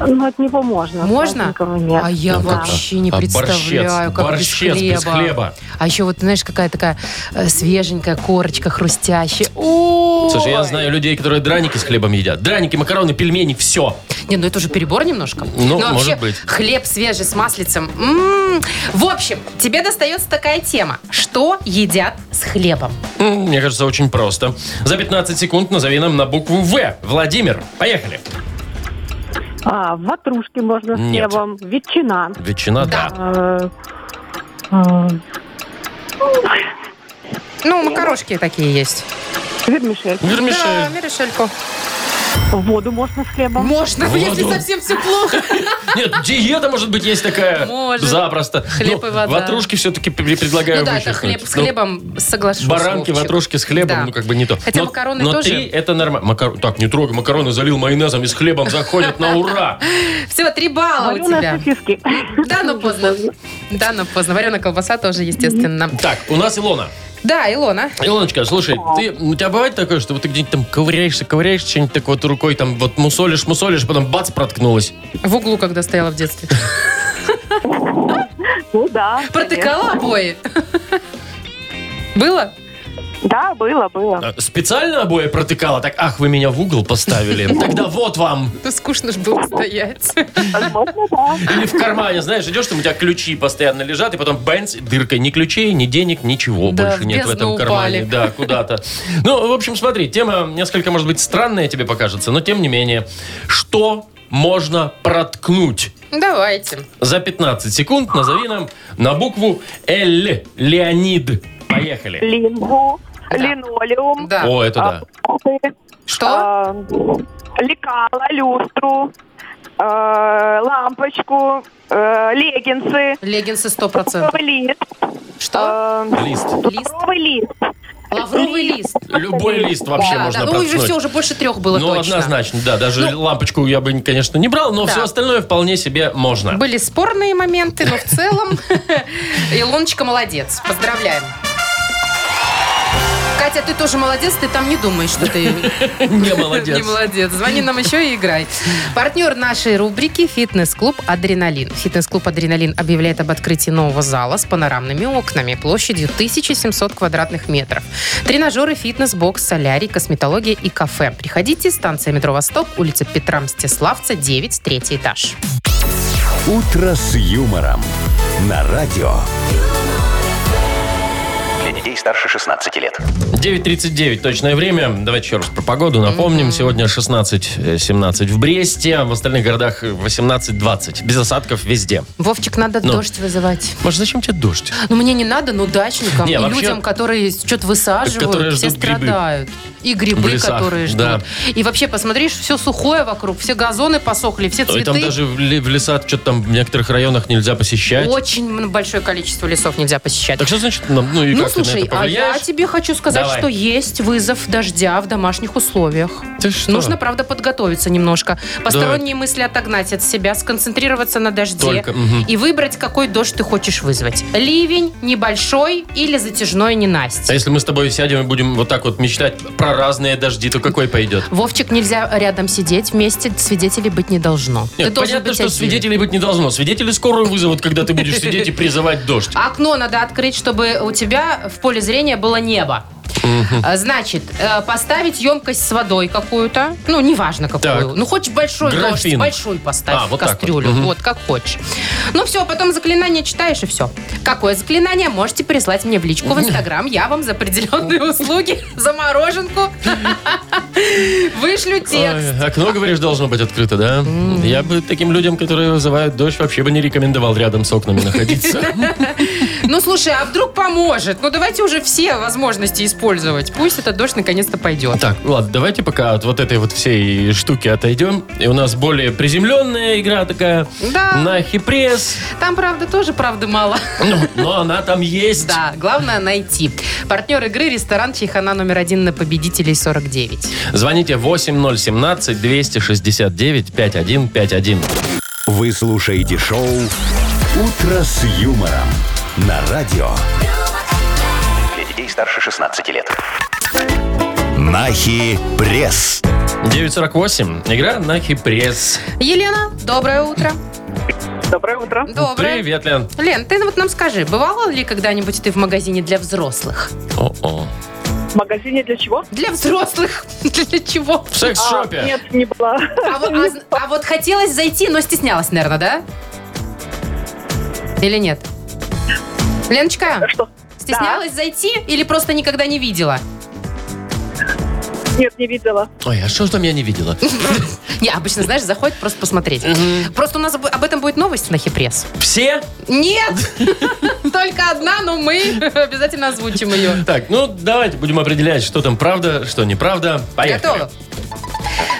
Ну, от него можно. от
Можно?
Сладенького нет.
А я
Да.
вообще не
А
представляю,
борщец?
как
Борщец
без,
без
хлеба.
хлеба.
А еще вот, знаешь, какая такая э, свеженькая корочка, хрустящая. Ой!
Слушай, я знаю людей, которые драники с хлебом едят. Драники, макароны, пельмени, все.
Не, ну это уже перебор немножко.
Ну,
Но вообще,
может быть.
Хлеб свежий с маслицем. М. В общем, тебе достается такая тема. Что едят с хлебом?
Мне кажется, очень просто. За 15 секунд назови нам на букву В. Владимир. Поехали.
А, ватрушки можно с
Нет.
хлебом. Ветчина.
Ветчина, да.
Э, э,
Ну, макарошки такие есть.
Вермишель.
Да,
Вермишель.
вермишельку.
Воду можно с хлебом.
Можно,
Воду.
если совсем все плохо.
Нет, диета, может быть, есть такая.
Может.
Запросто.
Хлеб
Ну,
и вода.
Ватрушки все-таки предлагаю
Ну да, это
вычеркнуть.
хлеб с
Ну,
хлебом, соглашусь.
Баранки,
Вовчик.
ватрушки с хлебом,
Да.
ну как бы не то.
Хотя
но,
макароны
но
тоже.
ты это нормально. Макар- Так, не трогай, макароны залил майонезом и с хлебом заходят на ура.
Все, три балла у тебя.
Вареные сосиски.
Да, но поздно. Да, но поздно. Вареная колбаса тоже, естественно.
Так, у нас Илона.
Да, Илона.
Илоночка, слушай, ты, у тебя бывает такое, что вот ты где-нибудь там ковыряешься, ковыряешься, что-нибудь так вот рукой там вот мусолишь, мусолишь, потом бац, проткнулась.
В углу, когда стояла в детстве.
Ну да.
Протыкала обои. Было?
конечно. Да, было, было.
А, Специально обои протыкала? Так, ах, вы меня в угол поставили. Тогда вот вам.
Ну, скучно же было стоять.
Возможно, да.
Или в кармане, знаешь, идешь, там у тебя ключи постоянно лежат, и потом бенц, дырка. Ни ключей, ни денег, ничего
Да,
больше
в
нет в этом
бездну
кармане.
упали.
Да, куда-то. Ну, в общем, смотри, тема несколько, может быть, странная тебе покажется, но тем не менее. Что можно проткнуть?
Давайте.
За 15 секунд назови нам на букву Л. Леонид. Поехали.
Лингу, линолеум.
Да.
О, это да.
А,
э,
Что?
э, Лекала, люстру, э, лампочку, э, леггинсы,
Леггинсы 100%.
лавровый лист.
Что?
э,
Лист.
Лист?
Лавровый лист.
Лавровый лист.
Любой лист вообще
Да,
можно
да, ну уже
проткнуть.
все, уже больше трех было
Ну,
точно. Ну,
однозначно, да. Даже лампочку я бы, конечно, не брал, но
Да.
все остальное вполне себе можно.
Были спорные моменты, но в целом Илоночка молодец. Поздравляем. Катя, ты тоже молодец, ты там не думаешь, что ты
Не молодец.
не молодец. Звони нам еще и играй. Партнер нашей рубрики «Фитнес-клуб Адреналин». «Фитнес-клуб Адреналин» объявляет об открытии нового зала с панорамными окнами площадью 1700 квадратных метров. Тренажеры, фитнес-бокс, солярий, косметология и кафе. Приходите, станция метро «Восток», улица Петра Мстиславца, 9, третий этаж.
«Утро с юмором» на радио.
Для детей старше 16 лет.
9.39 точное время. Давайте еще раз про погоду напомним. Сегодня 16-17 в Бресте, а в остальных городах 18-20. Без осадков везде.
Вовчик, надо
Ну.
дождь вызывать.
Маша, зачем тебе дождь? А
Ну, мне не надо, но дачникам
Не,
и
вообще-
людям, которые что-то высаживают,
Которые
все
ждут грибы.
страдают. И
В
грибы,
лесах,
которые ждут.
да.
И вообще, посмотришь, все сухое вокруг, все газоны посохли, все
Ой,
цветы.
там даже в, ли- в леса что-то там в некоторых районах нельзя посещать.
Очень м- большое количество лесов нельзя посещать.
Так что значит, ну ну и
ну,
как ты на
слушай,
это
а я
повлияешь?
тебе хочу сказать,
Давай.
что есть вызов дождя в домашних условиях.
Ты что?
Нужно, правда, подготовиться немножко. Посторонние мысли отогнать от себя, сконцентрироваться на дожде.
Только, мгм.
И выбрать, какой дождь ты хочешь вызвать. Ливень, небольшой или
А
затяжной ненастье.
если мы с тобой сядем и будем вот так вот мечтать про разные дожди, то какой пойдет?
Вовчик, нельзя рядом сидеть, вместе свидетелей быть не должно.
Нет,
ты должен
понятно,
быть
что
один.
свидетелей быть не должно. Свидетели скорую вызовут, когда ты будешь сидеть и призывать дождь.
Окно надо открыть, чтобы у тебя в поле зрения было небо. А, Значит, э, поставить емкость с водой какую-то, ну, неважно какую.
Так.
Ну, хочешь большой дождь,
Графин.
большой поставь
А, вот
в
так вот.
кастрюлю, вот.
Мгм.
как хочешь. Ну, все, потом заклинание читаешь и все. Какое заклинание? Можете прислать мне в личку в Инстаграм, я вам за определенные услуги, за мороженку, вышлю текст.
Ой, Окно, говоришь, должно быть открыто, да? Я бы таким людям, которые вызывают дождь, вообще бы не рекомендовал рядом с окнами находиться.
Ну, слушай, а вдруг поможет? Ну, давайте уже все возможности использовать. Пусть этот дождь наконец-то пойдет.
Так, ладно, давайте пока от вот этой вот всей штуки отойдем. И у нас более приземленная игра такая.
Да.
На хипресс.
Там, правда, тоже правды мало.
Ну, Но она там есть.
Да, главное найти. Партнер игры ресторан Чайхана номер один на победителей 49.
Звоните 8017-269-5151.
Вы слушаете шоу «Утро с юмором» на радио.
Для детей старше 16 лет.
Нахи пресс.
948. Игра на хипресс.
Елена, доброе утро.
Доброе утро.
Доброе.
Привет, Лен.
Лен, ты вот нам скажи, бывала ли когда-нибудь ты в магазине для взрослых?
О-о.
В магазине для чего?
Для взрослых? Для чего?
В секс-шопе.
Нет, не была.
А, вот- а- а вот хотелось зайти, но стеснялась, наверное, да? Или нет? Леночка,
Что?
стеснялась зайти или просто никогда не видела?
Нет, не видела.
Ой, а что ж там я не видела?
Не, обычно, знаешь, заходит просто посмотреть. Просто у нас об- об этом будет новость на Хипресс.
Все?
Нет! Только одна, но мы обязательно озвучим ее.
Так, ну давайте будем определять, что там правда, что неправда. Поехали.
Готово.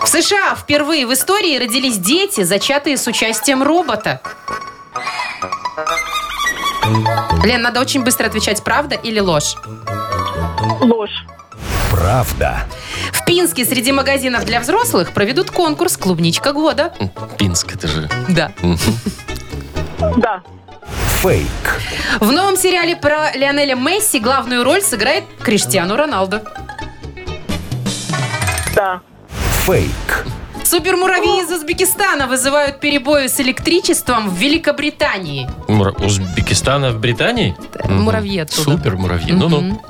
В США впервые в истории родились дети, зачатые с участием робота. Лен, надо очень быстро отвечать, правда или ложь.
Ложь.
Правда.
В Пинске среди магазинов для взрослых проведут конкурс «Клубничка года».
Пинск, это же.
Да.
Да.
Фейк.
В новом сериале про Лионеля Месси главную роль сыграет Криштиану Роналдо.
Да.
Фейк.
Супермуравьи из Узбекистана вызывают перебои с электричеством в Великобритании.
Мур- Узбекистана в Британии? Мгм.
муравьи оттуда.
Супер муравьи. Ну, Ну-ну.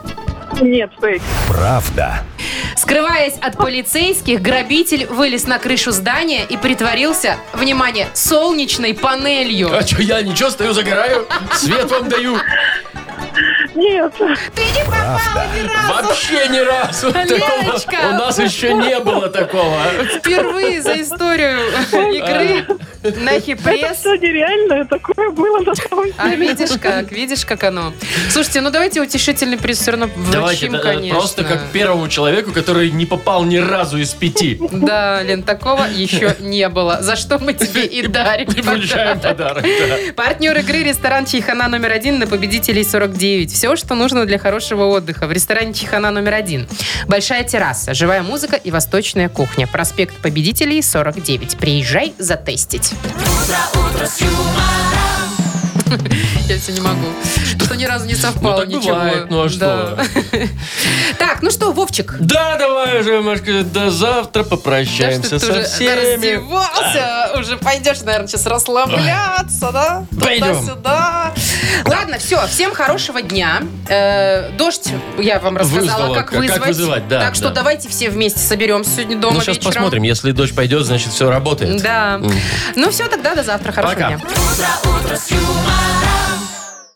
Нет, фейк.
Правда.
Скрываясь от полицейских, грабитель вылез на крышу здания и притворился, внимание, солнечной панелью.
А что, я ничего стою, загораю? Свет вам даю.
Нет.
Ты не попала ни разу!
Вообще ни разу такого.
Леночка!
У нас еще не было такого.
Впервые за историю игры
А.
на
Это
хипресс.
что, нереально? Такое было на самом деле.
А видишь как, видишь как оно. Слушайте, ну давайте утешительный приз все равно
Давайте
вручим,
да,
конечно.
просто как первому человеку, который не попал ни разу из пяти.
Да, Лен, такого еще не было. За что мы тебе и дарим.
И вручаем подарок. да.
Партнер игры ресторан Чайхана номер один на победителей 49. Все, что нужно для хорошего отдыха в ресторане Чайхана номер один. Большая терраса, живая музыка и восточная кухня. Проспект победителей 49. Приезжай затестить. Я все не могу. Что ни разу не
Ну,
совпало
так
ничего.
бывает, ну а что?
Да. Так, ну что, Вовчик?
Да, давай уже, Машка, до завтра попрощаемся
Да что ты
со
уже
всеми.
раздевался, уже пойдешь, наверное, сейчас расслабляться, да?
Пойдем.
Туда-сюда. Ладно, все, всем хорошего дня. Э, дождь я вам рассказала,
Вызвала,
как
как- как
вызвать.
вызывать, да,
Так что
да.
давайте все вместе соберемся сегодня дома
Ну, сейчас
вечером.
посмотрим. Если дождь пойдет, значит, все работает.
Да. Ну все, тогда до завтра. Хорошего
Пока.
дня.
Утро, утро с